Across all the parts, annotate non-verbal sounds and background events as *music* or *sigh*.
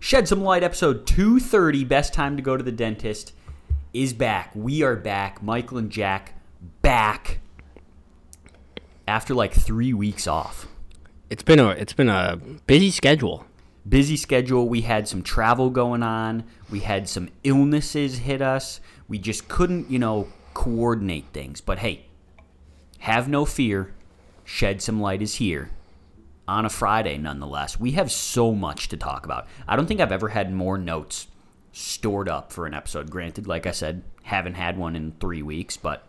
Shed Some Light, episode 230, Best Time to Go to the Dentist, is back. We are back. Michael and Jack, back after like three weeks off. It's been a it's been a busy schedule. Busy schedule. We had some travel going on. We had some illnesses hit us. We just couldn't, you know, coordinate things. But hey, have no fear. Shed Some Light is here on a Friday, nonetheless. We have so much to talk about. I don't think I've ever had more notes stored up for an episode. Granted, like I said, haven't had one in three weeks, but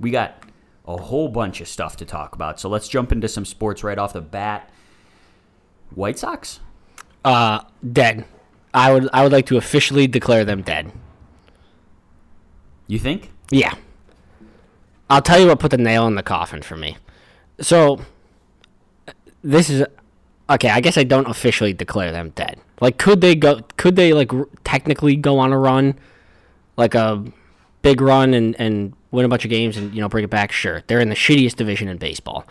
we got a whole bunch of stuff to talk about. So let's jump into some sports right off the bat. White Sox. Uh, dead. I would I would like to officially declare them dead. You think? Yeah. I'll tell you what put the nail in the coffin for me. So this is okay, I guess I don't officially declare them dead. Like could they go could they like r- technically go on a run like a big run and and win a bunch of games and you know bring it back? Sure. They're in the shittiest division in baseball.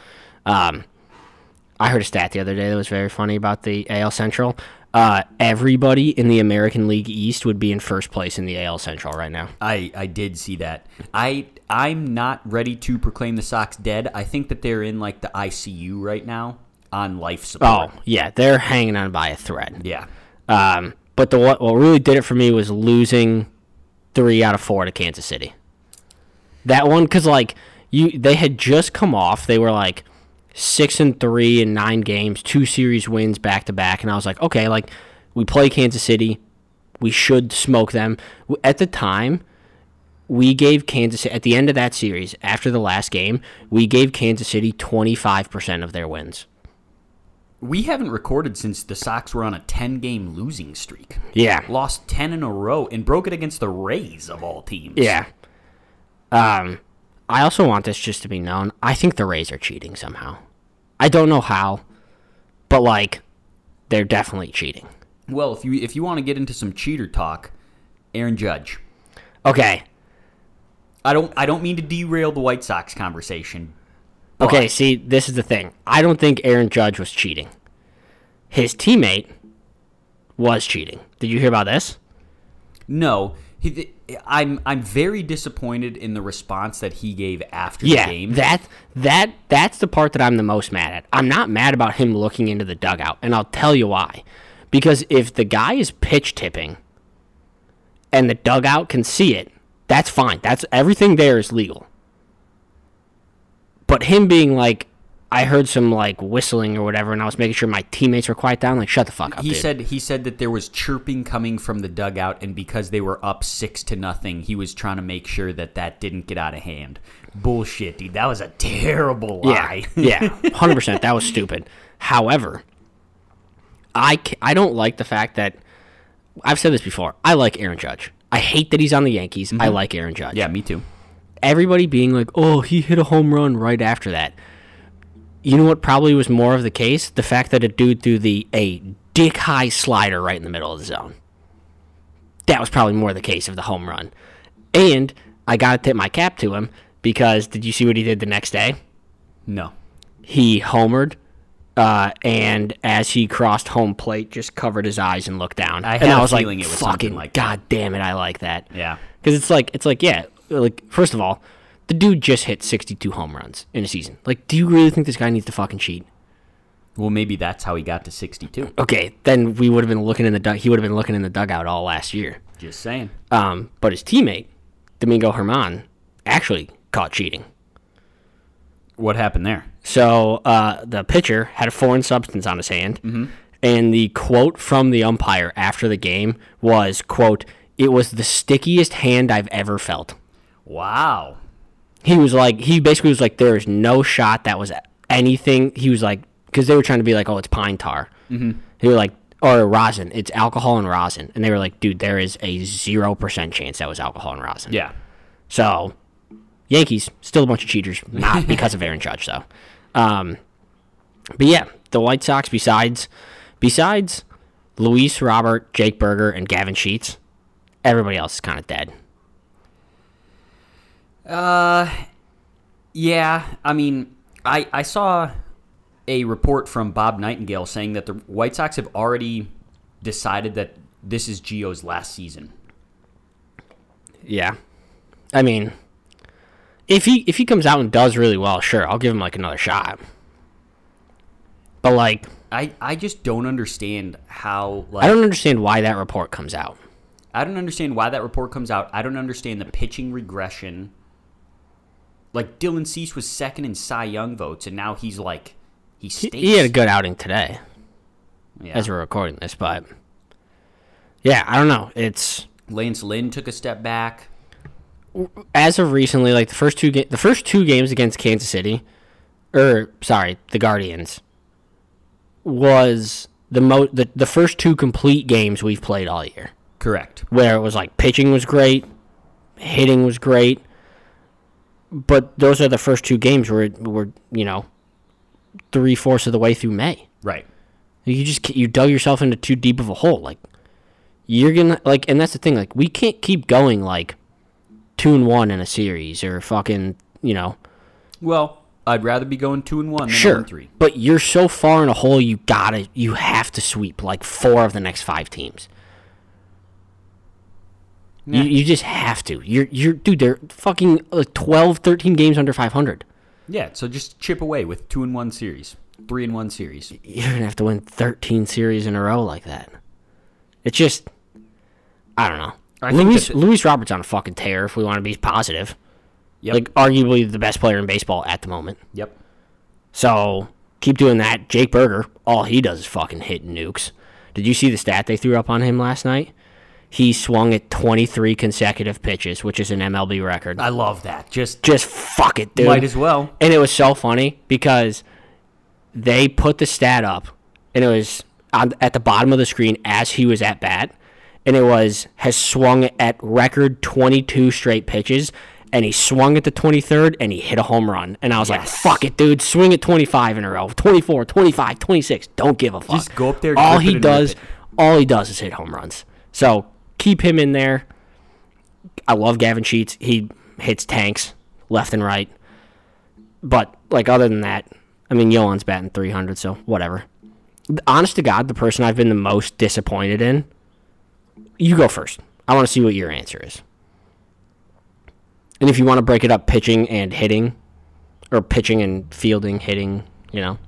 Um I heard a stat the other day that was very funny about the AL Central. Uh, everybody in the American League East would be in first place in the AL Central right now. I, I did see that. I I'm not ready to proclaim the Sox dead. I think that they're in like the ICU right now on life support. Oh yeah, they're hanging on by a thread. Yeah. Um, but the what, what really did it for me was losing three out of four to Kansas City. That one, because like you, they had just come off. They were like six and three in nine games, two series wins back to back, and I was like, okay, like we play Kansas City, we should smoke them. W- At the time, we gave Kansas at the end of that series after the last game, we gave Kansas City twenty five percent of their wins. We haven't recorded since the Sox were on a 10 game losing streak. Yeah, Lost 10 in a row and broke it against the Rays of all teams. Yeah. Um, I also want this just to be known. I think the Rays are cheating somehow. I don't know how, but like, they're definitely cheating. Well, if you if you want to get into some cheater talk, Aaron Judge. Okay. I don't I don't mean to derail the White Sox conversation. Okay. See, this is the thing. I don't think Aaron Judge was cheating. His teammate was cheating. Did you hear about this? No, he, I'm I'm very disappointed in the response that he gave after the game. That that that's the part that I'm the most mad at. I'm not mad about him looking into the dugout, and I'll tell you why. Because if the guy is pitch tipping and the dugout can see it, that's fine. That's everything there is legal. But him being like I heard some like whistling or whatever and I was making sure my teammates were quiet down, like shut the fuck up. he dude. said he said that there was chirping coming from the dugout, and because they were up six to nothing, he was trying to make sure that that didn't get out of hand. Bullshit, dude. That was a terrible *laughs* lie. Yeah, yeah, hundred percent. That was stupid. However, I ca- I don't like the fact that I've said this before. I like Aaron Judge. I hate that he's on the Yankees. I like Aaron Judge. yeah, me too. Everybody being like, "Oh, he hit a home run right after that." You know what? Probably was more of the case the fact that a dude threw the a dick high slider right in the middle of the zone. That was probably more the case of the home run, and I gotta tip my cap to him because did you see what he did the next day? No. he homered, uh, and as he crossed home plate, just covered his eyes and looked down. I and had I a was like, feeling it was something "Fucking like that." god damn it, I like that." Yeah. because it's like it's like yeah, like first of all, the dude just hit sixty-two home runs in a season. Like, do you really think this guy needs to fucking cheat? Well, maybe that's how he got to 62. Okay, then we would have been looking in the dug- he would have been looking in the dugout all last year. Just saying. Um, but his teammate Domingo Herman actually caught cheating. What happened there? So uh, the pitcher had a foreign substance on his hand, and the quote from the umpire after the game was, "quote It was the stickiest hand I've ever felt." Wow. He was like, he basically was like, "There is no shot that was anything." He was like, because they were trying to be like, "Oh, it's pine tar." Mm-hmm. He was like, or rosin. It's alcohol and rosin. And they were like, dude, there is a 0% chance that was alcohol and rosin. Yeah. So, Yankees, still a bunch of cheaters. Not because of Aaron Judge, though. Um, but yeah, the White Sox, besides, besides Luis Robert, Jake Berger, and Gavin Sheets, everybody else is kind of dead. Yeah, I mean, I I saw a report from Bob Nightingale saying that the White Sox have already decided that this is Gio's last season. Yeah. I mean, if he if he comes out and does really well, sure, I'll give him like another shot. But like, I I just don't understand how like I don't understand why that report comes out. I don't understand why that report comes out. I don't understand the pitching regression. Like Dylan Cease was second in Cy Young votes, and now he's like he He, stinks. he had a good outing today yeah. as we're recording this, but yeah, I don't know. It's Lance Lynn took a step back. as of recently, like the first two ga- the first two games against Kansas City, or sorry, the Guardians, was the mo the, the first two complete games we've played all year. Correct. where it was like pitching was great, hitting was great, but those are the first two games where it- were you know three fourths of the way through May. Right. You just ca- you dug yourself into too deep of a hole. Like you're gonna like, and that's the thing. Like we can't keep going like two and one in a series or fucking you know Well, I'd rather be going two and one than sure, going three. but you're so far in a hole. You gotta you have to sweep like four of the next five teams. Yeah. You, you just have to. You're you're dude. They're fucking like 12, 13 games under five hundred. Yeah, so just chip away with two and one series, three and one series. You're gonna have to win thirteen series in a row like that. It's just, I don't know. I think Luis that- Luis Roberts on a fucking tear. If we want to be positive, Yep. like arguably the best player in baseball at the moment. yep. So keep doing that. Jake Berger, all he does is fucking hit nukes. Did you see the stat they threw up on him last night? He swung at 23 consecutive pitches, which is an MLB record. I love that. Just Just fuck it, dude. might as well. And it was so funny because they put the stat up, and it was on, at the bottom of the screen as he was at bat, and it was has swung at record 22 straight pitches, and he swung at the 23rd, and he hit a home run. And I was like, Yes. fuck it, dude, swing at 25 in a row, 24, 25, 26, don't give a fuck. Just go up there, All grip it he and rip does, it. all he does is hit home runs. So keep him in there. I love Gavin Sheets. He hits tanks left and right. But like other than that, I mean Yolan's batting 300, so whatever. Honest to God, the person I've been the most disappointed in. You go first. I want to see what your answer is. And if you want to break it up, pitching and hitting, or pitching and fielding, hitting, you know.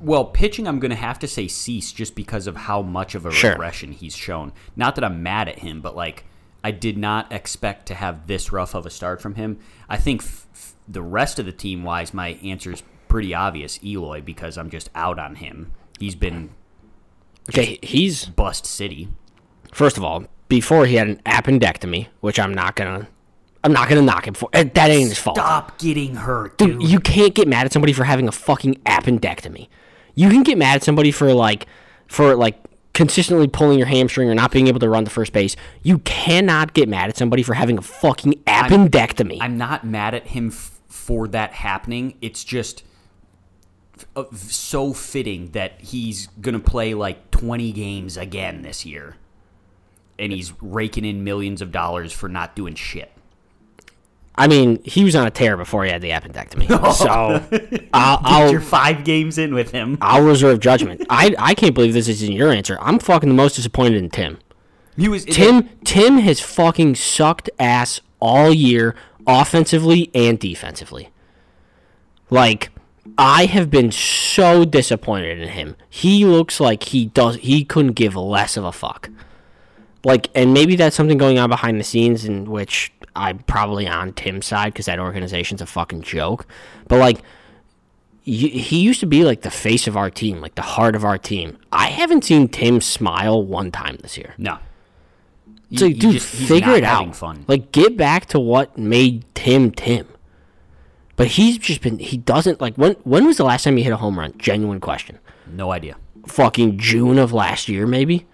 Well, pitching, I'm going to have to say cease just because of how much of a Sure. regression he's shown. Not that I'm mad at him, but like I did not expect to have this rough of a start from him. I think f- f- the rest of the team wise, my answer is pretty obvious, Eloy, because I'm just out on him. He's been Okay, he's bust city. first of all before he had an appendectomy, which I'm not gonna, I'm not gonna knock him for. eh, That ain't his fault. Stop getting hurt, Dude, you can't get mad at somebody for having a fucking appendectomy. You can get mad at somebody for like for like consistently pulling your hamstring or not being able to run to first base. You cannot get mad at somebody for having a fucking appendectomy. I'm not mad at him f- for that happening. It's just f- uh, f- so fitting that he's going to play like 20 games again this year. And he's raking in millions of dollars for not doing shit. I mean, he was on a tear before he had *laughs* the appendectomy. So I'll, I'll You're five games in with him. I'll reserve judgment. I I can't believe this isn't your answer. I'm fucking the most disappointed in Tim. He was Tim Tim has fucking sucked ass all year, offensively and defensively. Like I have been so disappointed in him. He looks like he does he couldn't give less of a fuck. Like and maybe that's something going on behind the scenes in which I'm probably on Tim's side cuz that organization's a fucking joke. But like y- he used to be like the face of our team, like the heart of our team. I haven't seen Tim smile one time this year. No. It's He- like, he dude, just- he's figure not it having out. fun. Like, get back to what made Tim Tim. But he's just been. He doesn't like. When when was the last time he hit a home run? Genuine question. No idea. fucking June of last year, maybe.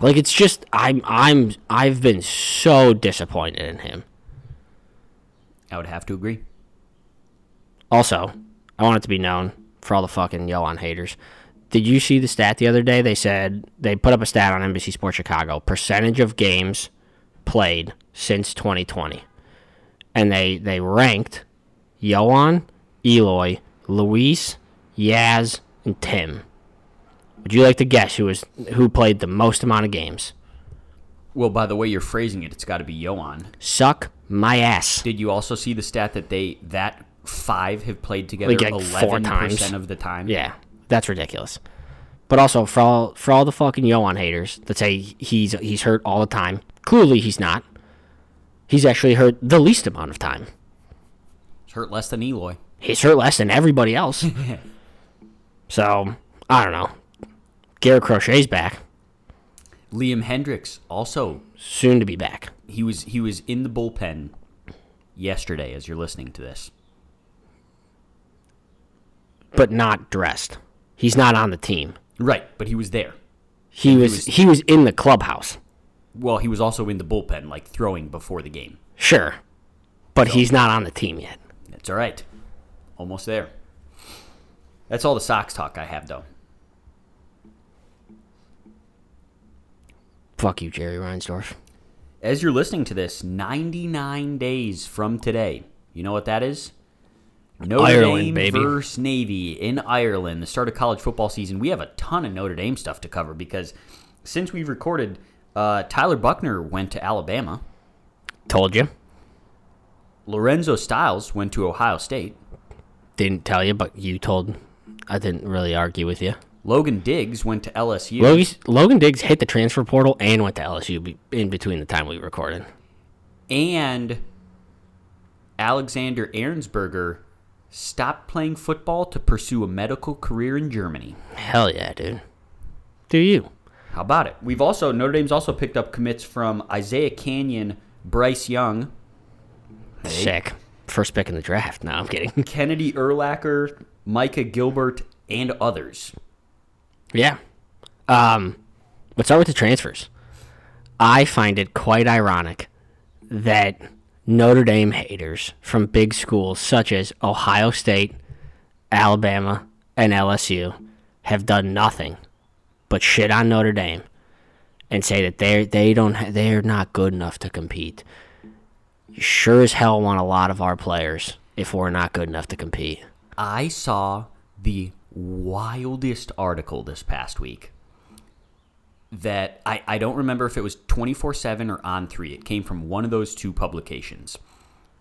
Like it's just I'm I'm I've been so disappointed in him. I would have to agree. Also, I want it to be known for all the fucking Yoan haters. Did you see the stat the other day? They said they put up a stat on NBC Sports Chicago percentage of games played since 2020, and they they ranked Yoan, Eloy, Luis, Yaz, and Tim. Would you like to guess who was who played the most amount of games? Well, by the way you're phrasing it, it's got to be Yoan. Suck my ass. Did you also see the stat that they that five have played together Like, like, four eleven times. percent of the time? Yeah, that's ridiculous. But also for all for all the fucking Yoan haters that say he's he's hurt all the time. Clearly he's not. He's actually hurt the least amount of time. It's hurt less than Eloy. He's hurt less than everybody *laughs* else. so I don't know. Garrett Crochet's back, Liam Hendricks also soon to be back. he was he was in the bullpen yesterday as you're listening to this. but not dressed. He's not on the team. Right, but he was there. He was he was in the clubhouse. Well, he was also in the bullpen, like throwing before the game. Sure. But he's not on the team yet. That's all right. Almost there. That's all the Sox talk I have, though. Fuck you, Jerry Reinsdorf. As you're listening to this, 99 days from today, you know what that is? Notre Ireland, Dame baby. versus Navy in Ireland, the start of college football season. We have a ton of Notre Dame stuff to cover because since we've recorded, uh, Tyler Buckner went to Alabama, Told you. Lorenzo Styles went to Ohio State, didn't tell you, but you told. I didn't really argue with you. Logan Diggs went to LSU. Logan, Logan Diggs hit the transfer portal and went to LSU be- in between the time we recorded. and Alexander Ahrensberger stopped playing football to pursue a medical career in Germany. Hell yeah, dude. Do you? How about it? We've also Notre Dame's also picked up commits from Isaiah Canyon, Bryce Young, Sick. First pick in the draft. No, I'm kidding. *laughs* Kennedy Erlacher, Micah Gilbert, and others. yeah. Um, let's start with the transfers. I find it quite ironic that Notre Dame haters from big schools such as Ohio State, Alabama, and LSU have done nothing but shit on Notre Dame and say that they they don't ha- they're not good enough to compete. You sure as hell want a lot of our players if we're not good enough to compete. I saw the wildest article this past week that I, I don't remember if it was 24 7 or on 3. It came from one of those two publications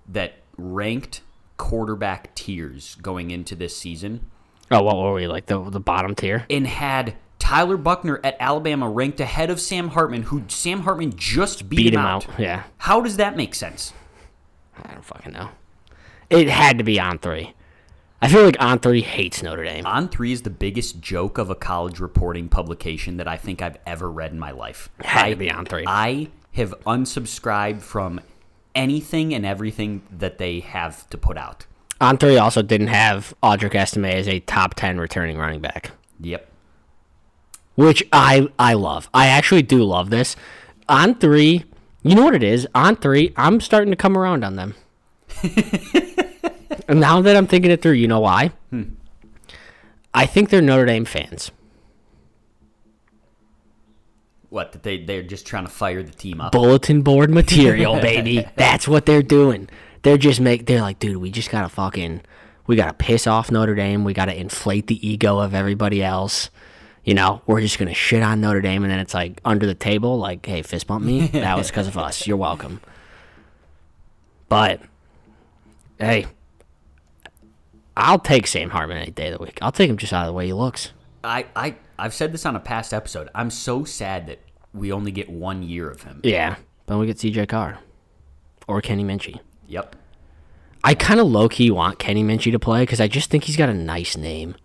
that ranked quarterback tiers going into this season Oh, what were we like the the bottom tier? and had Tyler Buckner at Alabama ranked ahead of Sam Hartman, who Sam Hartman just beat, Beat him him out. out. Yeah. How does that make sense? I don't fucking know. It had to be on three. I feel like on three hates Notre Dame. On 3 is the biggest joke of a college reporting publication that I think I've ever read in my life. Had I- to be on three. I have unsubscribed from anything and everything that they have to put out. On three also didn't have Audric Estime as a top ten returning running back, Yep. which I I love. I actually do love this. On three, you know what it is. On three, I'm starting to come around on them. and now that I'm thinking it through, you know why? I think they're Notre Dame fans. What that they they're just trying to fire the team up. bulletin board material, baby. That's what they're doing. They're just make they're like, dude, we just gotta fucking we gotta piss off Notre Dame. We gotta inflate the ego of everybody else. You know, we're just gonna shit on Notre Dame and then it's like under the table, like, hey, fist bump me. That was because of us. You're welcome. But hey. I'll take Sam Hartman any day of the week. I'll take him just out of the way he looks. I I I've said this on a past episode. I'm so sad that we only get one year of him. Yeah. But we get CJ Carr. Or Kenny Minchie. Yep. I kind of low key want Kenny Minchie to play because I just think he's got a nice name.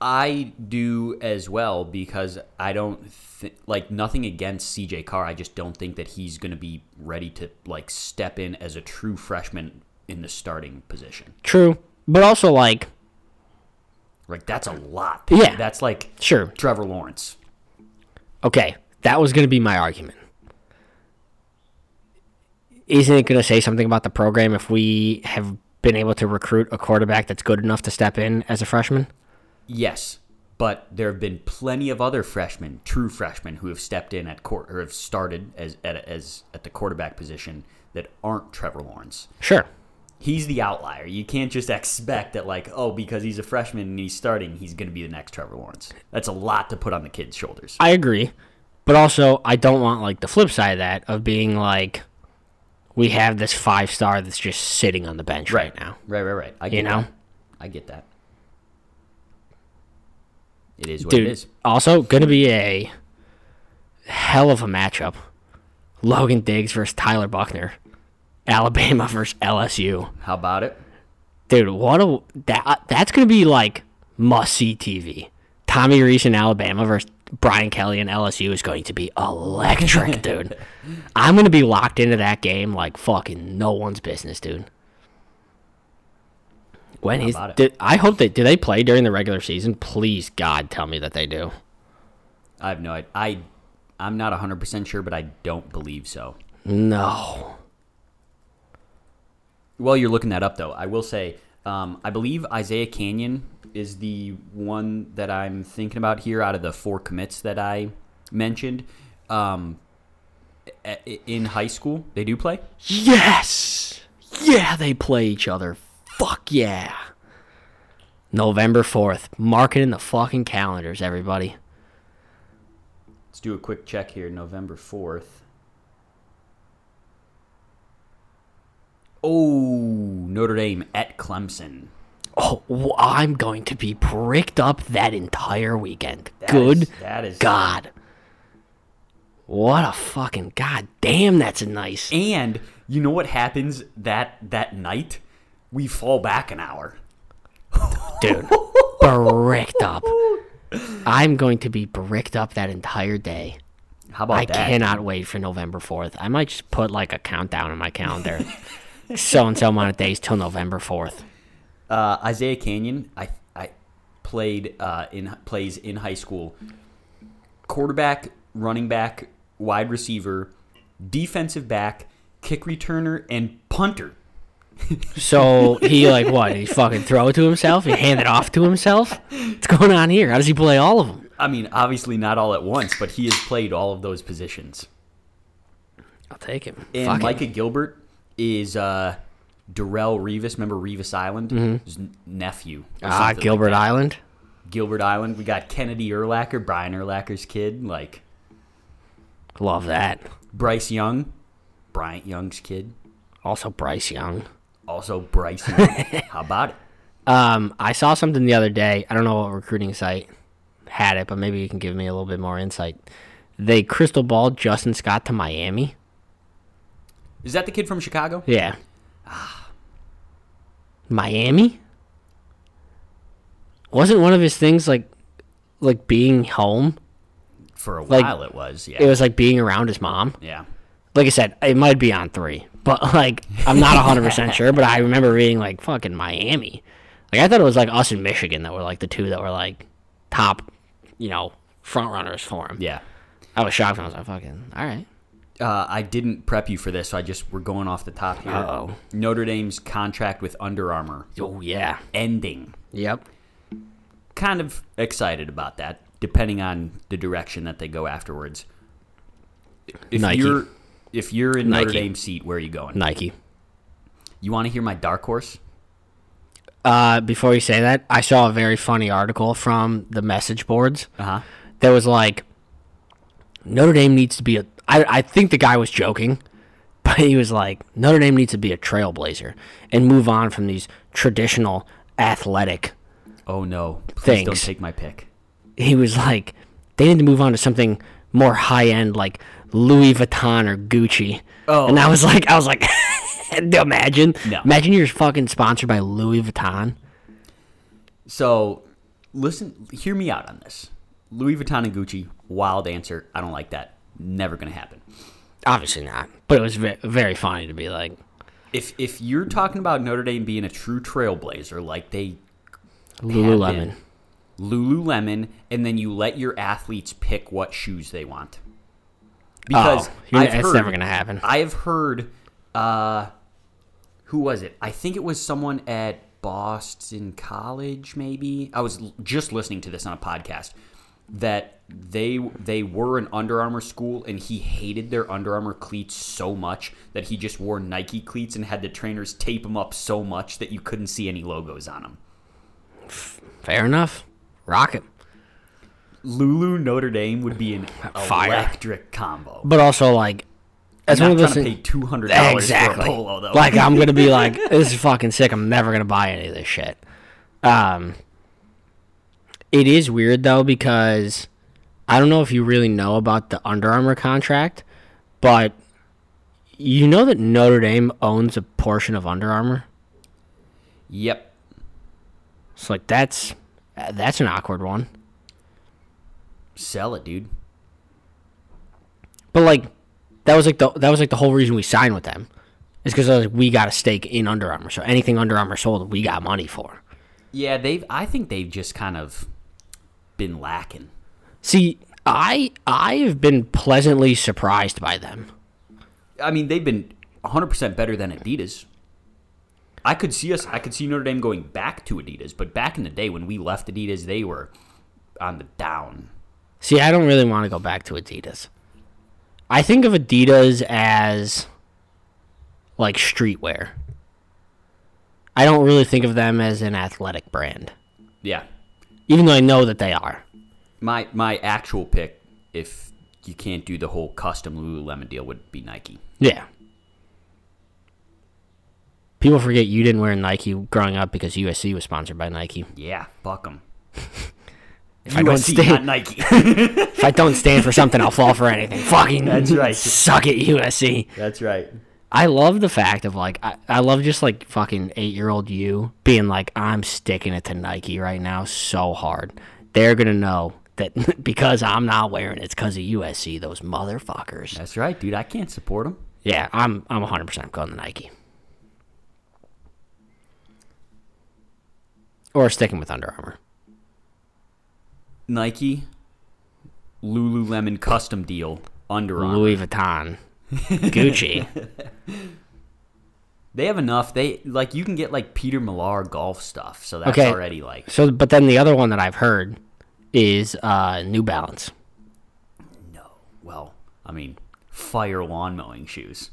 I do as well because I don't th- like nothing against CJ Carr. I just don't think that he's going to be ready to like step in as a true freshman in the starting position. True, but also like Like that's a lot. Yeah. that's like Sure. Trevor Lawrence. Okay, that was going to be my argument. Isn't it going to say something about the program if we have been able to recruit a quarterback that's good enough to step in as a freshman? Yes, but there have been plenty of other freshmen, true freshmen, who have stepped in at court or have started as at as at the quarterback position that aren't Trevor Lawrence. Sure. He's the outlier. You can't just expect that like oh because he's a freshman and he's starting he's going to be the next Trevor Lawrence. That's a lot to put on the kid's shoulders. I agree. But also, I don't want like the flip side of that of being like we have this five star that's just sitting on the bench right, now. Right, right, right. I get You know? that. I get that. It is what it Dude, is. also going to be a hell of a matchup. Logan Diggs versus Tyler Buckner. Alabama versus LSU. How about it? Dude, what a that that's gonna be like must see TV. Tommy Reese in Alabama versus Brian Kelly in LSU is going to be *laughs* electric, dude. I'm gonna be locked into that game like fucking no one's business, dude. When is about it? did, I hope that do they play during the regular season? Please God tell me that they do. I have no idea. I I'm not 100% sure, but I don't believe so. No. While you're looking that up, though, I will say um, I believe Isaiah Canyon is the one that I'm thinking about here out of the four commits that I mentioned. Um, a- a- in high school, they do play. Yes. Yeah, they play each other. Fuck yeah. November 4th. Mark it in the fucking calendars, everybody. Let's do a quick check here. November 4th. Oh, Notre Dame at Clemson. Oh, w- I'm going to be pricked up that entire weekend. That Good is- that is God. What a fucking god damn that's *laughs* a nice. And you know what happens that that night? We fall back an hour. Dude. bricked up. I'm going to be bricked up that entire day. How about I that? cannot wait for November 4th. I might just put like a countdown in my calendar. *laughs* so and so amount of days till November 4th. Uh, Isaiah Canyon, I I played uh, in plays in high school. Quarterback, running back, wide receiver, defensive back, kick returner, and punter. So he like what? Did he fucking throw it to himself? He hand it off to himself? What's going on here? How does he play all of them? I mean, obviously not all at once, but he has played all of those positions. I'll take him. And Fuck it. Micah Gilbert is uh, Darrell Revis. Remember Revis Island? His n- nephew. or ah, something like Gilbert that. Island. Gilbert Island. We got Kennedy Erlacher, Brian Erlacher's kid. Like Love that. Bryce Young, Bryant Young's kid. Also Bryce Young. Also Bryce Young. *laughs* How about it? Um, I saw something the other day. I don't know what recruiting site had it, but maybe you can give me a little bit more insight. They crystal ball Justin Scott to Miami. Is that the kid from Chicago? Yeah. Miami? Wasn't one of his things like like being home? For a Like, while it was, yeah. It was like being around his mom. yeah. Like I said, it might be on three, but like I'm not 100% sure, but I remember reading like fucking Miami. Like I thought it was like us in Michigan that were like the two that were like top, you know, front runners for him. Yeah. I was shocked when I was like fucking, all right. Uh, I didn't prep you for this, so I just we're going off the top here. Uh-oh. Notre Dame's contract with Under Armour Oh yeah. ending. Yep. kind of excited about that, depending on the direction that they go afterwards. If Nike. you're if you're in Notre Nike. Dame seat, where are you going? Nike. You want to hear my dark horse? Uh, before you say that, I saw a very funny article from the message boards Uh huh. that was like, Notre Dame needs to be a. I, I think the guy was joking, *laughs* but he was like, Notre Dame needs to be a trailblazer and move on from these traditional athletic. Oh no! Please don't Thanks. take my pick. He was like, they need to move on to something more high end like Louis Vuitton or Gucci. Oh. And I was like, I was like, *laughs* imagine, No. imagine you're fucking sponsored by Louis Vuitton. So, listen, hear me out on this. Louis Vuitton and Gucci, wild answer. I don't like that. Never gonna happen. Obviously not, but it was ve- very funny to be like, If if you're talking about Notre Dame being a true trailblazer, like they have been, Lululemon. Lululemon, and then you let your athletes pick what shoes they want. Because oh, you- I've it's heard- never gonna happen. I have heard, uh, who was it? I think it was someone at Boston College, maybe. I was l- just listening to this on a podcast that they they were an Under Armour school, and he hated their Under Armour cleats so much that he just wore Nike cleats and had the trainers tape them up so much that you couldn't see any logos on them. Fair enough. Rock it. Lulu Notre Dame would be an Fire. electric combo. But also like that's I'm one of not those trying to pay things. two hundred dollars Exactly. for a polo though. Like I'm gonna *laughs* be like, this is fucking sick. I'm never gonna buy any of this shit. Um, it is weird though because I don't know if you really know about the Under Armour contract, but you know that Notre Dame owns a portion of Under Armour. yep. So like that's that's an awkward one. Sell it, dude. But like that was like the that was like the whole reason we signed with them. Is because like, we got a stake in Under Armour, so anything Under Armour sold, we got money for. Yeah, they've. I think they've just kind of been lacking. See, I I have been pleasantly surprised by them. I mean, they've been 100 percent better than Adidas. I could see us. I could see Notre Dame going back to Adidas, but back in the day when we left Adidas, they were on the down. See, I don't really want to go back to Adidas. I think of Adidas as like streetwear. I don't really think of them as an athletic brand, Yeah, even though I know that they are. my my actual pick, if you can't do the whole custom Lululemon deal, would be Nike. Yeah. People forget you didn't wear Nike growing up because USC was sponsored by Nike. Yeah, fuck *laughs* them. I don't stay- not Nike. If I don't stand for something, I'll fall *laughs* for anything. Fucking That's right. Suck it, USC. *laughs* That's right. I love the fact of like I, I love just like fucking eight year old you being like I'm sticking it to Nike right now so hard. They're gonna know that *laughs* because I'm not wearing it, it's because of USC. Those motherfuckers. That's right, dude. I can't support them. Yeah, I'm I'm 100 percent going to Nike. Or sticking with Under Armour. Nike, Lululemon custom deal, Under Armour. *laughs* Louis Vuitton, Gucci. They have enough. They like you can get like Peter Millar golf stuff, so that's Okay. already like So, but then the other one that I've heard is uh, New Balance. no. Well, I mean, fire lawn mowing shoes.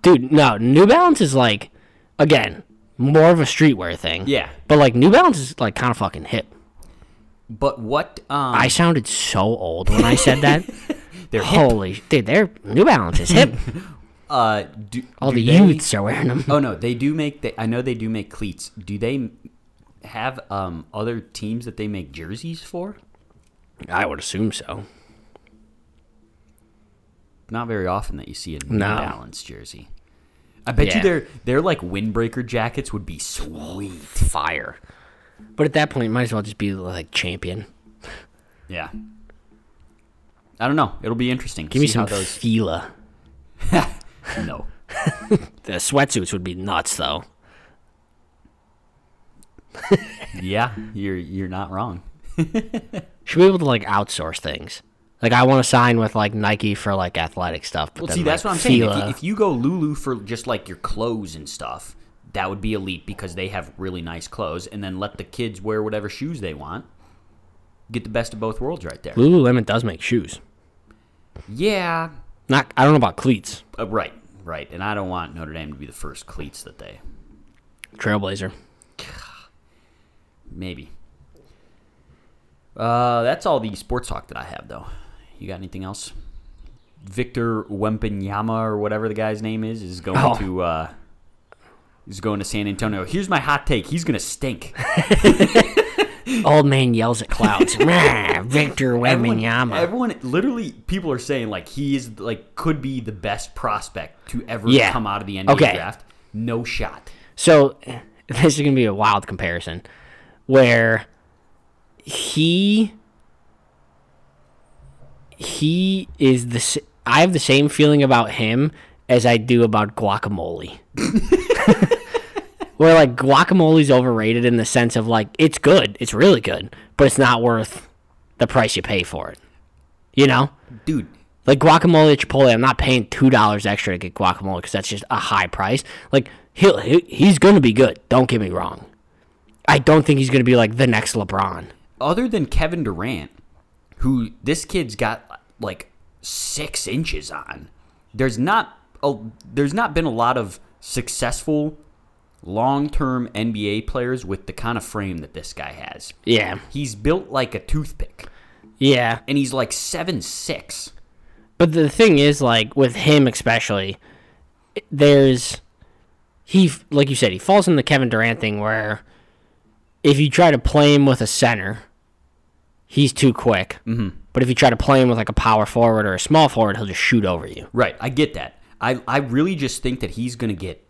Dude, no, New Balance is like, again, more of a streetwear thing. Yeah, But like New Balance is like kind of fucking hip. but what? Um, I sounded so old when I said that. they're *laughs* hip. Holy sh- dude, they're New Balance *laughs* is hip. Uh, do, All do the they- youths are wearing them. Oh no, they do make. They, I know they do make cleats. Do they m- have um other teams that they make jerseys for? I would assume so. Not very often that you see a New No. Balance jersey. I bet Yeah. you their their like windbreaker jackets would be sweet. Fire. But at that point, might as well just be like champion. Yeah. I don't know. It'll be interesting. Give me See some how *laughs* those. Fila. No. The sweatsuits would be nuts though. Yeah, you're you're not wrong. Should be able to like outsource things. Like I want to sign with like Nike for like athletic stuff. But Well, then, see, that's like, what I'm saying. If Fila- you, if you go Lulu for just like your clothes and stuff, that would be elite because they have really nice clothes, and then let the kids wear whatever shoes they want. Get the best of both worlds right there. Lululemon does make shoes. Yeah, Not I don't know about cleats. uh, right, right. And I don't want Notre Dame to be the first cleats that they *clears throat* Trailblazer. maybe. Uh, that's all the sports talk that I have, though. You got anything else? Victor Wembanyama or whatever the guy's name is is going Oh. to uh, is going to San Antonio. Here's my hot take: he's going to stink. Old man yells at clouds. *laughs* Rah, Victor everyone, *laughs* Wembanyama. everyone, literally, people are saying like he is like could be the best prospect to ever Yeah. come out of the NBA Okay. draft. No shot. So *laughs* this is gonna be a wild comparison, where he he is the s- I have the same feeling about him as I do about guacamole. *laughs* where like guacamole's overrated in the sense of like it's good, it's really good, but it's not worth the price you pay for it. You know, Dude, like guacamole at Chipotle, I'm not paying two dollars extra to get guacamole because that's just a high price. Like he'll he, he's gonna be good. Don't get me wrong. I don't think he's gonna be like the next LeBron. other than Kevin Durant, who this kid's got like six inches on, there's not a, there's not been a lot of successful long term NBA players with the kind of frame that this guy has. Yeah, He's built like a toothpick, yeah. and he's like seven six. But the thing is, like with him especially, there's he like you said he falls in the Kevin Durant thing where if you try to play him with a center, he's too quick. Mm-hmm. But if you try to play him with like a power forward or a small forward, he'll just shoot over you. Right, I get that. I I really just think that he's gonna get.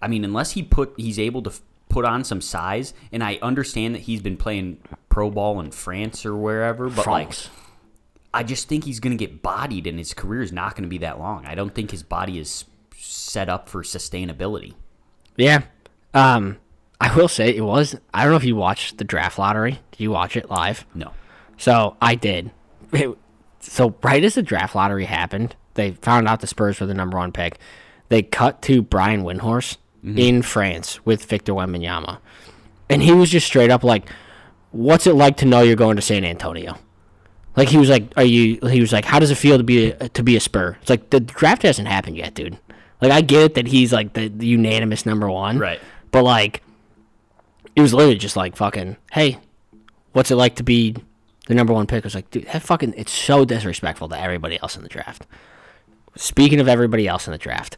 I mean, unless he put he's able to f- put on some size, and I understand that he's been playing pro ball in France or wherever, but like France. I just think he's going to get bodied, and his career is not going to be that long. I don't think his body is set up for sustainability. Yeah. Um, I will say it was. I don't know if you watched the draft lottery. Did you watch it live? No. So I did. It- so right as the draft lottery happened, they found out the Spurs were the number one pick. They cut to Brian Windhorse in France with Victor Wembanyama, and he was just straight up like, "What's it like to know you're going to San Antonio?" Like he was like, "Are you?" He was like, "How does it feel to be a, to be a Spur?" It's like the draft hasn't happened yet, dude. Like I get it that he's like the, the unanimous number one, Right. But like, it was literally just like fucking, "Hey, what's it like to be the number one pick? I was like, dude, that fucking it's so disrespectful to everybody else in the draft. Speaking of everybody else in the draft,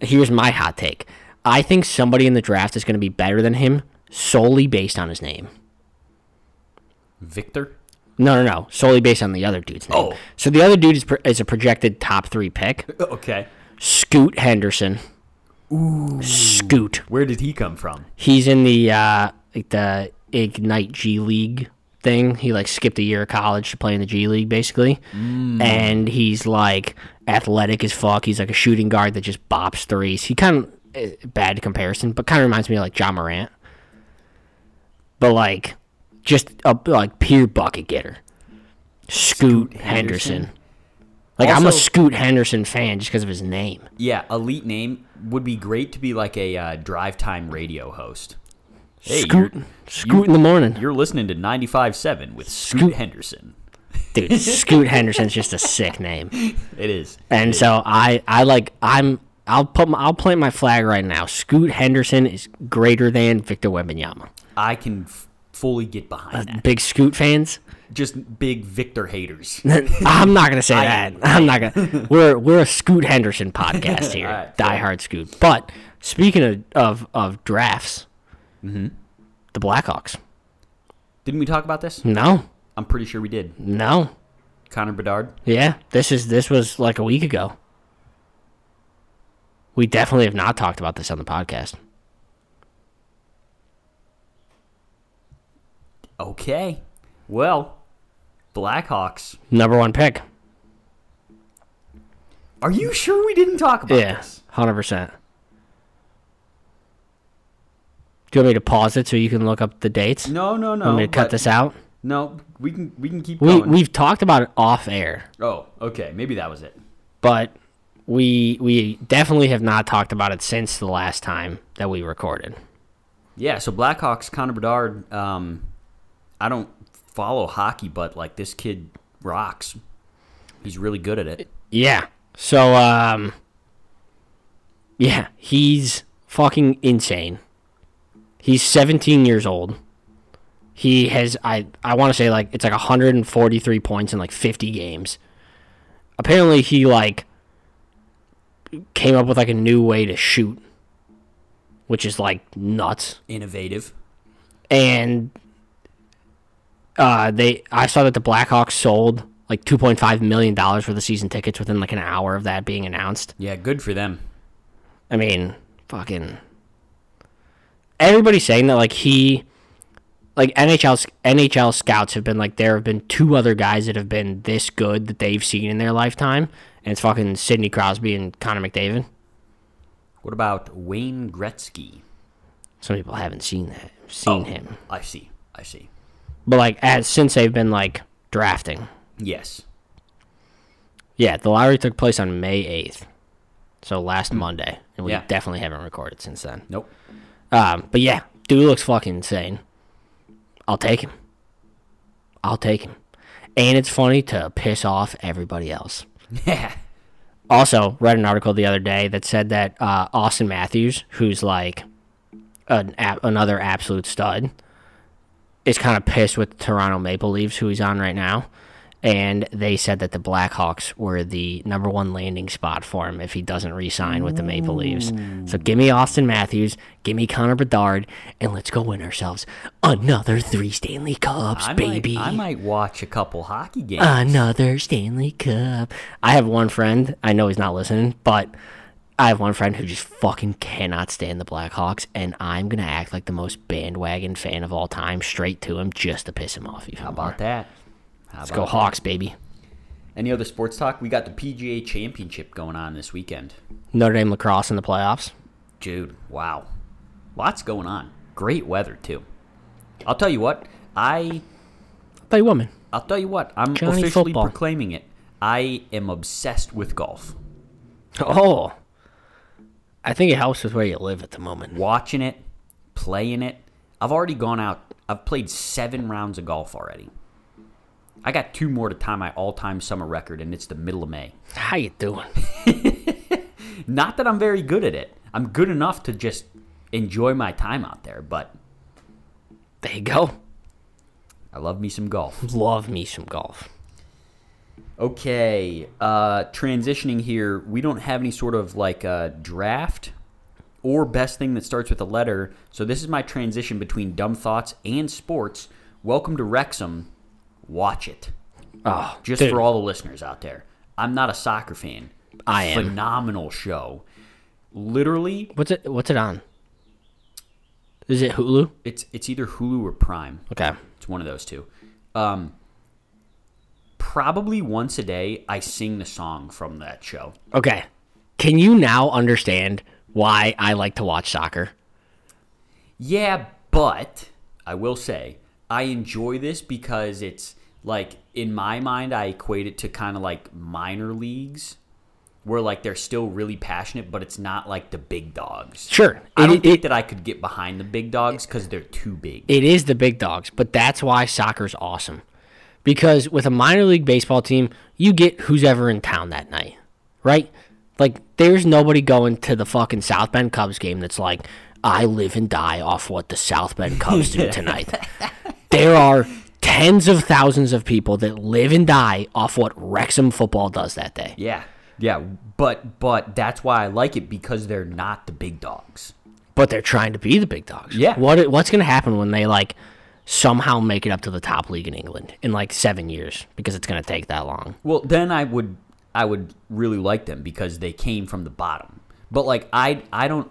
here's my hot take. I think somebody in the draft is going to be better than him solely based on his name. Victor? No, no, no. Solely based on the other dude's name. Oh. So the other dude is, pro- is a projected top three pick. *laughs* Okay. Scoot Henderson. Ooh. Scoot. Where did he come from? He's in the uh, like the Ignite G League thing. He like skipped a year of college to play in the G League, basically. Mm. And he's like athletic as fuck. He's like a shooting guard that just bops threes. He kind of eh, bad comparison, but kind of reminds me of like John Morant. But like, just a like pure bucket getter. Scoot, Henderson. Henderson? Like I'm a Also- Scoot Henderson fan just because of his name. Yeah, elite name would be great to be like a uh, drive time radio host. Hey, Scoot, Scoot in the morning. You're listening to 95.7 with Scoot, Scoot. Henderson. Dude, Scoot Henderson's just a sick name. It is. And so I, I like I'm I'll put my, I'll plant my flag right now. Scoot Henderson is greater than Victor Wembanyama. I can f- fully get behind that. Big Scoot fans. Just big Victor *laughs* haters. I'm not gonna say that. I'm not gonna. We're we're a Scoot Henderson podcast here, Alright, Die Hard Scoot. But speaking of of, of drafts, the Blackhawks. Didn't we talk about this? No, I'm pretty sure we did. no, Connor Bedard. yeah. This is this was like a week ago. We definitely have not talked about this on the podcast. Okay. Well, Blackhawks. Number one pick. Are you sure we didn't talk about Yeah, this? hundred percent. Do you want me to pause it so you can look up the dates? No, no, no. Want me to cut but- this out? No, we can we can keep We going. we've talked about it off air, oh, okay. Maybe that was it. but we we definitely have not talked about it since the last time that we recorded. Yeah. So Blackhawks, Connor Bedard. Um, I don't follow hockey, but like this kid rocks. He's really good at it. Yeah. So um Yeah, he's fucking insane. He's 17 years old. He has I I want to say like it's like 143 points in like 50 games. Apparently he like came up with like a new way to shoot which is like nuts Innovative. and uh, they I saw that the Blackhawks sold like 2.5 million dollars worth of season tickets within like an hour of that being announced. Yeah, good for them. I mean, fucking everybody's saying that like he like NHL s- NHL scouts have been like there have been two other guys that have been this good that they've seen in their lifetime, and it's fucking Sidney Crosby and Connor McDavid. What about Wayne Gretzky? Some people haven't seen that, seen him. I see. I see. But like as since they've been like drafting. Yes. Yeah, the lottery took place on May eighth. So last Monday. And we Yeah. definitely haven't recorded since then. Nope. *laughs* Um, but yeah, dude looks fucking insane. I'll take him. I'll take him. And it's funny to piss off everybody else. Yeah. Also, read an article the other day that said that uh, Austin Matthews, who's like an ab- another absolute stud, is kind of pissed with Toronto Maple Leafs, who he's on right now. And they said that the Blackhawks were the number one landing spot for him if he doesn't re-sign with the Maple Leafs. So give me Austin Matthews, give me Connor Bedard, and let's go win ourselves another three Stanley Cups, I baby. Might, I might watch a couple hockey games. Another Stanley Cup. I have one friend. I know he's not listening, but I have one friend who just fucking cannot stand the Blackhawks, and I'm gonna act like the most bandwagon fan of all time, straight to him, just to piss him off. Even How about that? How Let's go Hawks, baby. Any other sports talk? We got the PGA Championship going on this weekend. Notre Dame lacrosse in the playoffs. Dude, wow. Lots going on. Great weather too. I'll tell you what. I Play woman. I'll tell you what. I'm Johnny officially football. proclaiming it. I am obsessed with golf. Oh, I think it helps with where you live at the moment. Watching it, playing it. I've already gone out. I've played 7 rounds of golf already. I got two more to tie my all-time summer record and it's the middle of May. How you doing? Not that I'm very good at it. I'm good enough to just enjoy my time out there, but There you go. I love me some *laughs* golf. Love me some golf. Okay, uh, transitioning here, we don't have any sort of like uh, draft or best thing that starts with a letter. So this is my transition between dumb thoughts and sports. Welcome to Wrexham. Watch it. Oh, Just dude, for all the listeners out there. I'm not a soccer fan. I am. Phenomenal show. Literally, What's it? What's it on? Is it Hulu? it's it's either Hulu or Prime. Okay. It's one of those two. Um, probably once a day, I sing the song from that show. Okay. Can you now understand why I like to watch soccer? Yeah, but I will say I enjoy this because it's like in my mind I equate it to kind of like minor leagues where like they're still really passionate but it's not like the big dogs. Sure. I don't It, think it, that I could get behind the big dogs cuz they're too big. it is the big dogs, but that's why soccer's awesome. Because with a minor league baseball team, you get who's ever in town that night, right? Like, there's nobody going to the fucking South Bend Cubs game that's like, I live and die off what the South Bend Cubs do tonight. there are tens of thousands of people that live and die off what Wrexham football does that day. Yeah. Yeah, but but that's why I like it because they're not the big dogs. but they're trying to be the big dogs. Yeah. What what's going to happen when they like somehow make it up to the top league in England in like 7 years because it's going to take that long. Well, then I would I would really like them because they came from the bottom. But like I I don't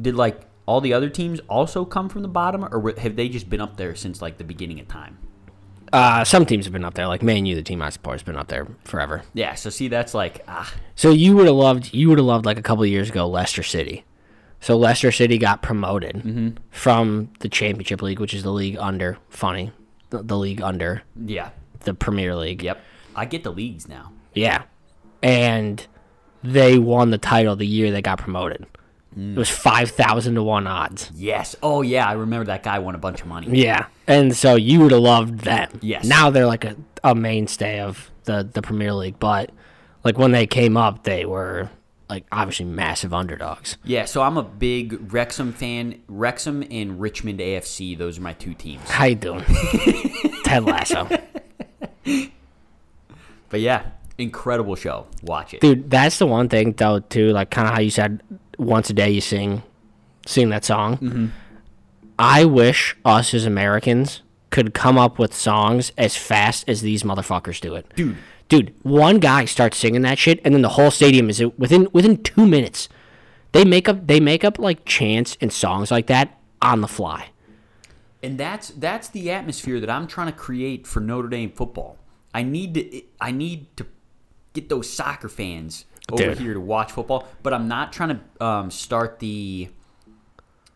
did like all the other teams also come from the bottom or were- have they just been up there since like the beginning of time? Uh some teams have been up there like Man U the team I support has been up there forever. Yeah, so see that's like ah So you would have loved you would have loved like a couple of years ago Leicester City. So Leicester City got promoted Mm-hmm. from the Championship League, which is the league under funny, the, the league under yeah. the Premier League. Yep. I get the leagues now. Yeah. And they won the title the year they got promoted. Mm. It was 5,000 to 1 odds. Yes. Oh yeah, I remember that guy won a bunch of money. Yeah. And so you would have loved them. Yes. Now they're like a, a mainstay of the, the Premier League. But like when they came up, they were like obviously massive underdogs. Yeah, so I'm a big Wrexham fan. Wrexham and Richmond AFC, those are my two teams. How you doing? *laughs* Ted Lasso. But yeah, incredible show. Watch it. Dude, that's the one thing though too, like kind of how you said once a day you sing sing that song. I wish us as Americans could come up with songs as fast as these motherfuckers do it. Dude. Dude, one guy starts singing that shit and then the whole stadium is within within 2 minutes. They make up they make up like chants and songs like that on the fly. and that's that's the atmosphere that I'm trying to create for Notre Dame football. I need to I need to get those soccer fans over Dude. here to watch football, but I'm not trying to um, start the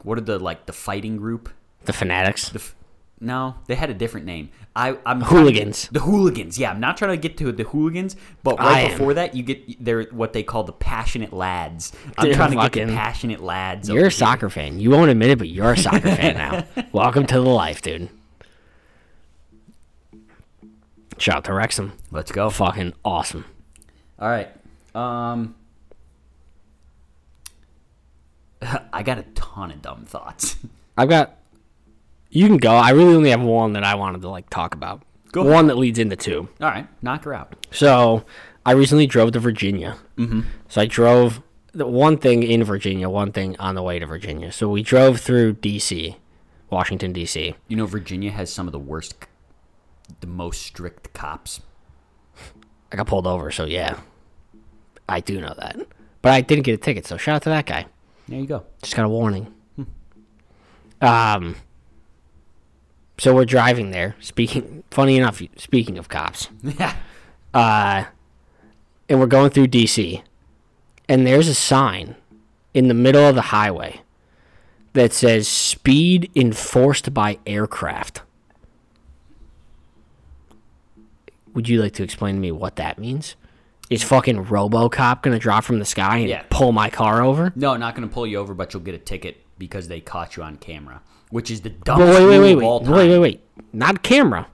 What are the like the fighting group? The fanatics. The f- no, they had a different name. I I'm Hooligans. The hooligans. Yeah, I'm not trying to get to the hooligans, but I right am. before that, you get they're what they call the passionate lads. I'm They're trying to get the fucking- passionate lads. over you're here. a soccer fan. You won't admit it, but you're a soccer fan *laughs* now. Welcome to the life, dude. Shout out to Wrexham. Let's go. Fucking awesome. All right. Um, *laughs* I got a ton of dumb thoughts. *laughs* I've got. You can go. I really only have one that I wanted to like talk about. Go one that leads into two. All right, knock her out. So I recently drove to Virginia. Mm-hmm. So I drove the one thing in Virginia, one thing on the way to Virginia. So we drove through D.C., Washington D.C. You know, Virginia has some of the worst, c- the most strict cops. I got pulled over, so yeah, I do know that. But I didn't get a ticket, so shout out to that guy. There you go. *laughs* Just got a warning. Um. So we're driving there. Speaking, funny enough, speaking of cops, Yeah. uh, and we're going through DC, and there's a sign in the middle of the highway that says "Speed enforced by aircraft." Would you like to explain to me what that means? Is fucking RoboCop gonna drop from the sky and Yeah. pull my car over? No, not going to pull you over, but you'll get a ticket because they caught you on camera, which is the But dumbest wait, wait, rule wait, of all wait, time. wait, wait, wait! Not camera,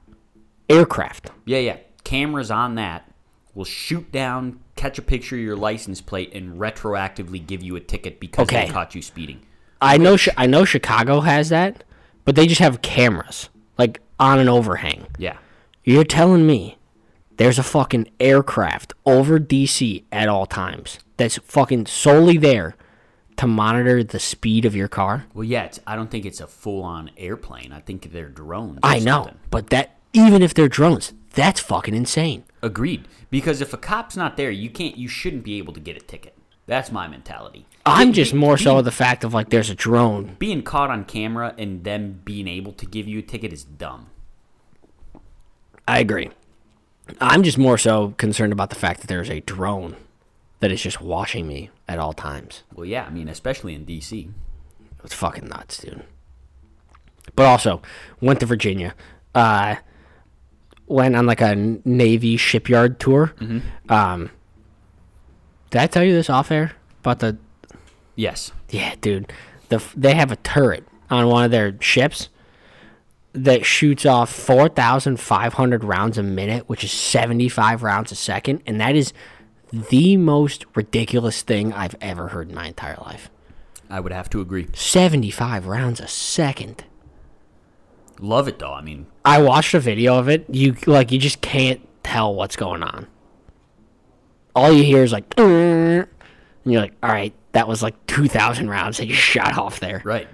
aircraft. Yeah, yeah. Cameras on that will shoot down, catch a picture of your license plate, and retroactively give you a ticket because Okay. they caught you speeding. I know, Chi- I know Chicago has that, but they just have cameras like on an overhang. Yeah. You're telling me there's a fucking aircraft over DC at all times that's fucking solely there to monitor the speed of your car? Well, yeah. It's, I don't think it's a full-on airplane. I think they're drones. or I know, something. but that even if they're drones, that's fucking insane. Agreed. Because if a cop's not there, you can't. You shouldn't be able to get a ticket. That's my mentality. I'm just more so of the fact of like there's a drone. Being caught on camera and them being able to give you a ticket is dumb. I agree. I'm just more so concerned about the fact that there's a drone that is just watching me at all times. Well, yeah. I mean, especially in D.C. It's fucking nuts, dude. But also, went to Virginia. Uh, went on like a Navy shipyard tour. Um, did I tell you this off air about the? Yes. Yeah, dude. The f- they have a turret on one of their ships that shoots off four thousand five hundred rounds a minute, which is seventy five rounds a second, and that is the most ridiculous thing I've ever heard in my entire life. I would have to agree. Seventy five rounds a second. Love it though. I mean, I watched a video of it. You like you just can't tell what's going on. All you hear is like, "Err," and you're like, all right, that was like two thousand rounds that you shot off there. right.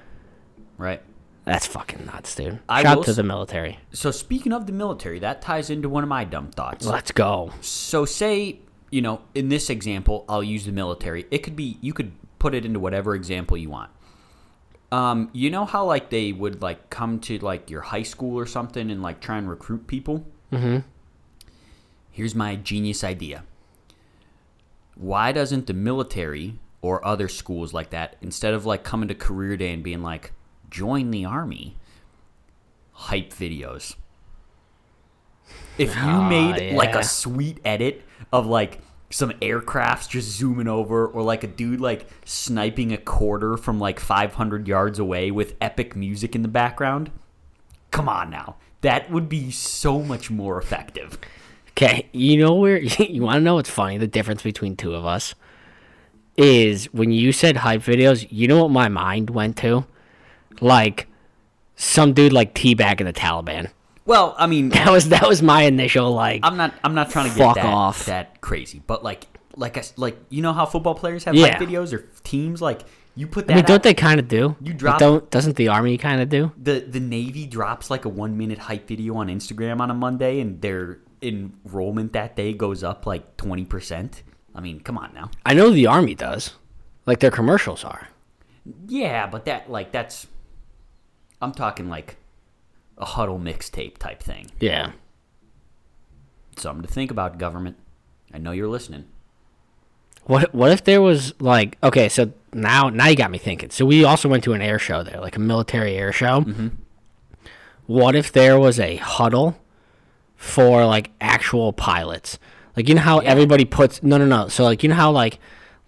Right. That's fucking nuts, dude. I Shout will out to s- the military. So speaking of the military, that ties into one of my dumb thoughts. Let's go. So say, you know, in this example, I'll use the military. It could be you could put it into whatever example you want. Um, you know how like they would like come to like your high school or something and like try and recruit people? Mm-hmm. Here's my genius idea. Why doesn't the military or other schools like that, instead of like coming to career day and being like, join the army, hype videos? If you Ah, made like yeah. a sweet edit of like some aircrafts just zooming over or like a dude like sniping a quarter from like 500 yards away with epic music in the background come on now that would be so much more effective Okay, you know where *laughs* you want to know what's funny? The difference between two of us is when you said hype videos. You know what my mind went to? Like some dude like teabagging the Taliban. *laughs* well i mean That was that was my initial like. i'm not i'm not trying to Fuck get that, off. that crazy but like like I, s- like you know how football players have like Yeah. videos or teams like you put that I mean, out, don't they kind of do? You Like, drop- Don't doesn't the army kind of do? the the navy drops like a one minute hype video on instagram on a monday and their enrollment that day goes up like 20% i mean come on now I know the army does. Like their commercials are. yeah but that like that's i'm talking like a huddle mixtape type thing Yeah. something to think about government i know you're listening What what if there was like okay, so now now you got me thinking. So we also went to an air show there, like a military air show. What if there was a huddle for like actual pilots? Like you know how everybody puts no no no. So like you know how like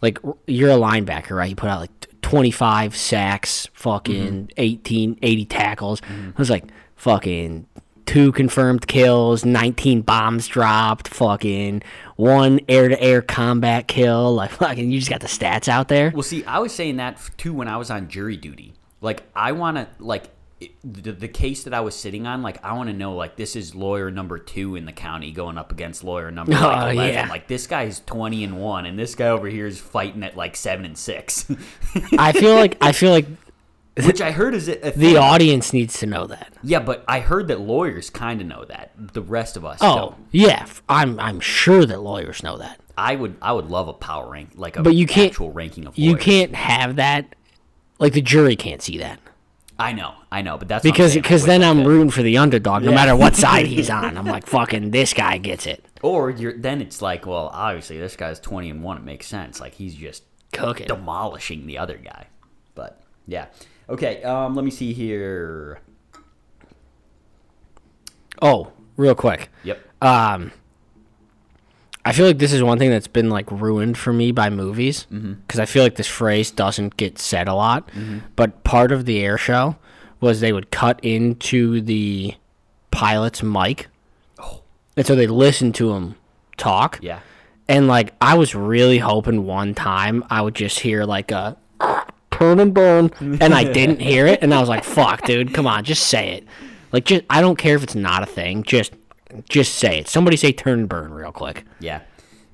like r- you're a linebacker, right? You put out like t- 25 sacks, fucking eighteen, eighty 18 80 tackles. I was like fucking two confirmed kills, 19 bombs dropped, fucking one air to air combat kill. Like, fucking, you just got the stats out there. Well, see, I was saying that f- too when I was on jury duty. Like, I want to like it- the, the case that I was sitting on. Like, I want to know like this is lawyer number two in the county going up against lawyer *laughs* number like, Oh, eleven. yeah. Like this guy is twenty and one, and this guy over here is fighting at like seven and *laughs* six, *laughs* I feel like, I feel like which I heard is a, a the thing. audience needs to know that. yeah. But I heard that lawyers kind of know that. The rest of us. Oh, don't. yeah. f- I'm, I'm sure that lawyers know that. I would I would love a power rank like a But you can't- actual ranking of lawyers. You can't have that. Like, the jury can't see that. I know, I know, but that's what I'm Because saying. cause With, then like, I'm the- rooting for the underdog, no matter *laughs* what side he's on. I'm like, fucking, this guy gets it. Or you're then it's like, well, obviously this guy's twenty and one. It makes sense. Like he's just Cook it. demolishing the other guy. But yeah, okay. Um, let me see here. Oh, real quick. Yep. I feel like this is one thing that's been like ruined for me by movies because Mm-hmm. I feel like this phrase doesn't get said a lot. But part of the air show was they would cut into the pilot's mic, and so they listened to him talk. Oh. yeah. And like I was really hoping one time I would just hear like a turn and burn, and I didn't hear it, and I was like, "Fuck, dude, come on, just say it." Like, just I don't care if it's not a thing, just just say it. Somebody say turn and burn real quick. Yeah.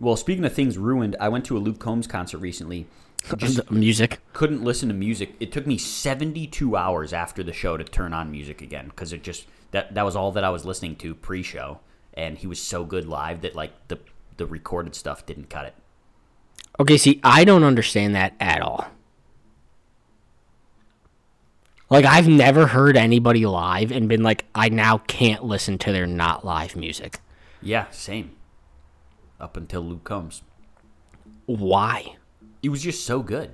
Well, speaking of things ruined, I went to a Luke Combs concert recently. *laughs* Just Just music. couldn't listen to music. It took me 72 hours after the show to turn on music again because it just that that was all that I was listening to pre-show, and he was so good live that like the the recorded stuff didn't cut it. Okay, see, I don't understand that at all. Like, I've never heard anybody live and been like, I now can't listen to their not live music. Yeah, same. Up until Luke Combs. Why? He was just so good.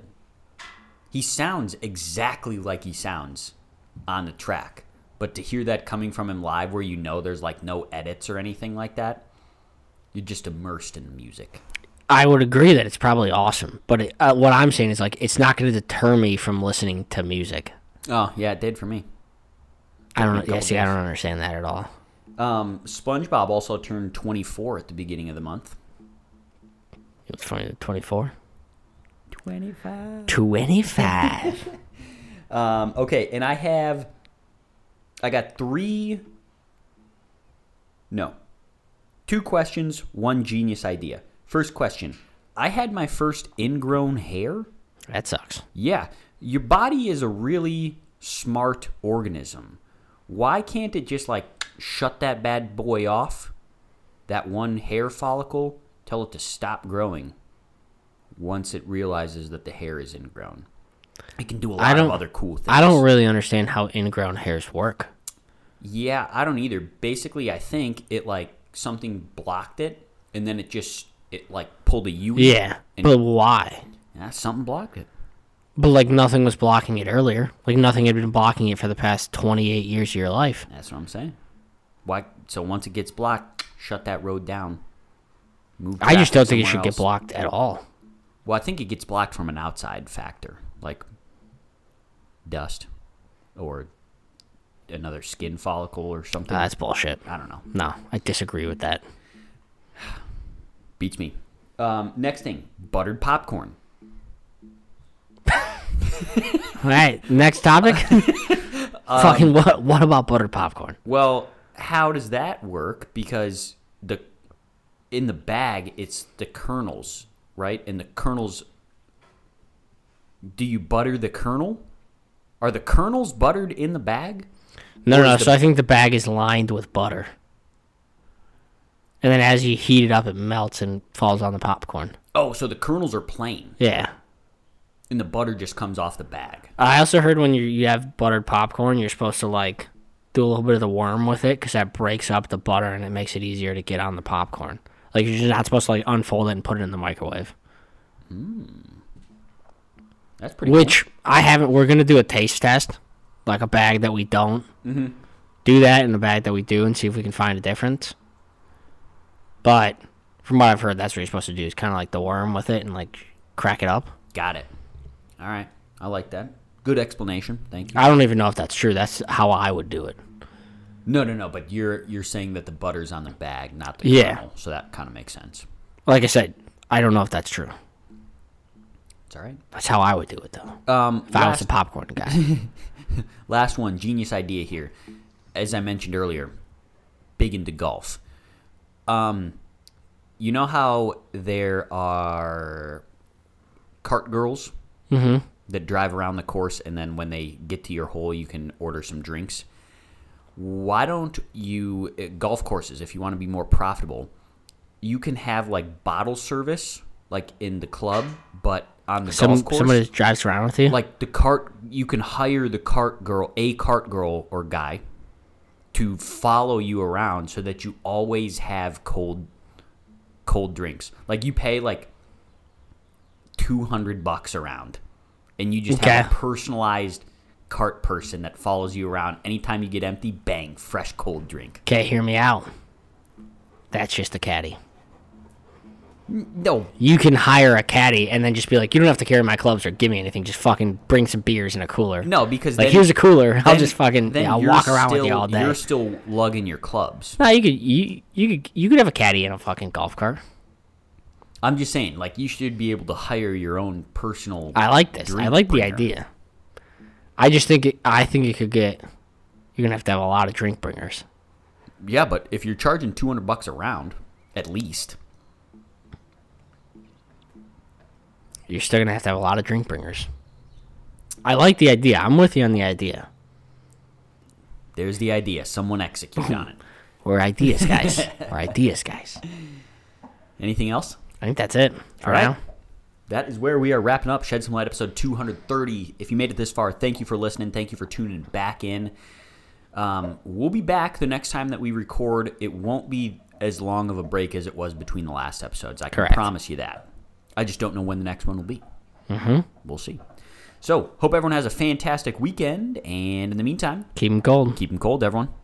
He sounds exactly like he sounds on the track. But to hear that coming from him live where you know there's like no edits or anything like that, you're just immersed in the music. I would agree that it's probably awesome, but it, uh, what I'm saying is, like, it's not going to deter me from listening to music. Oh, yeah, it did for me. I don't couple know. Yeah, see, I days. don't understand that at all. Um, SpongeBob also turned 24 at the beginning of the month. It was 20, 24? 25. 25. Um, okay, and I have. I got three. No. Two questions, one genius idea. First question I had my first ingrown hair. *laughs* that sucks. Yeah, your body is a really smart organism. Why can't it just like shut that bad boy off? That one hair follicle, tell it to stop growing once it realizes that the hair is ingrown. It can do a lot of don't- other cool things. I don't really understand how ingrown hairs work. Yeah, I don't either. Basically, I think it like something blocked it and then it just it like pulled a U. in. Yeah, And- but why? yeah, something blocked it. But like nothing was blocking it earlier. Like nothing had been blocking it for the past 28 years of your life. That's what I'm saying. Why? So once it gets blocked, shut that road down. Move. I traffic just don't think it somewhere should else. get blocked at all. Well, I think it gets blocked from an outside factor, like dust or another skin follicle or something. Nah, that's bullshit. I don't know. No, I disagree with that. Beats me. Um, next thing, buttered popcorn. All right, *laughs* next *laughs* topic. Um, Fucking what? What about buttered popcorn? Well, how does that work? Because the in the bag, it's the kernels, right? And the kernels. Do you butter the kernel? Are the kernels buttered in the bag? No, no. is no, the- So I think the bag is lined with butter, and then as you heat it up, it melts and falls on the popcorn. Oh, so the kernels are plain, Yeah. and the butter just comes off the bag. I also heard when you you have buttered popcorn, you're supposed to like do a little bit of the worm with it because that breaks up the butter and it makes it easier to get on the popcorn. Like you're just not supposed to like unfold it and put it in the microwave. That's pretty. which I haven't. We're gonna do a taste test, like a bag that we don't. Mm-hmm. Do that in the bag that we do, and see if we can find a difference. But from what I've heard, that's what you're supposed to do: is kind of like the worm with it and like crack it up. cool. got it. All right, I like that. Good explanation. Thank you. I don't even know if that's true. That's how I would do it. No, no, no. But you're you're saying that the butter's on the bag, not the Yeah. kernel. So that kind of makes sense. Like I said, I don't know if that's true. It's all right. That's how I would do it though. Um, if I was last, a popcorn *laughs* guy, last one, genius idea here. As I mentioned earlier, big into golf. Um, you know how there are cart girls Mm-hmm. that drive around the course, and then when they get to your hole, you can order some drinks. Why don't you uh, golf courses? If you want to be more profitable, you can have like bottle service, like in the club, but on the some golf course somebody just drives around with you. like the cart you can hire the cart girl a cart girl or guy to follow you around so that you always have cold cold drinks like you pay like 200 bucks around and you just have a Okay. personalized cart person that follows you around anytime you get empty bang fresh cold drink okay, hear me out. That's just a caddy. no You can hire a caddy and then just be like, you don't have to carry my clubs or give me anything. Just fucking bring some beers in a cooler. no because Like then, here's a cooler. I'll then- just fucking then yeah, I'll you're walk around with you still- all day. you're still lugging your clubs No, you could you you could you could have a caddy in a fucking golf cart. i'm just saying like you should be able to hire your own personal I like this. I Drink like the bringer. idea. I just think it, I think it could get. You're gonna have to have a lot of drink bringers. Yeah, but if you're charging 200 bucks a round, at least. You're still gonna have to have a lot of drink bringers. I like the idea. I'm with you on the idea. There's the idea. Someone execute *laughs* on it. We're ideas, guys. *laughs* We're ideas, guys. Anything else? I think that's it for Alright. now. That is where we are wrapping up Shed Some Light episode 230. If you made it this far, thank you for listening. Thank you for tuning back in. Um, we'll be back the next time that we record. It won't be as long of a break as it was between the last episodes. I can Correct. promise you that. I just don't know when the next one will be. Mm-hmm. We'll see. So, hope everyone has a fantastic weekend. And in the meantime, Keep 'em cold. keep them cold, everyone.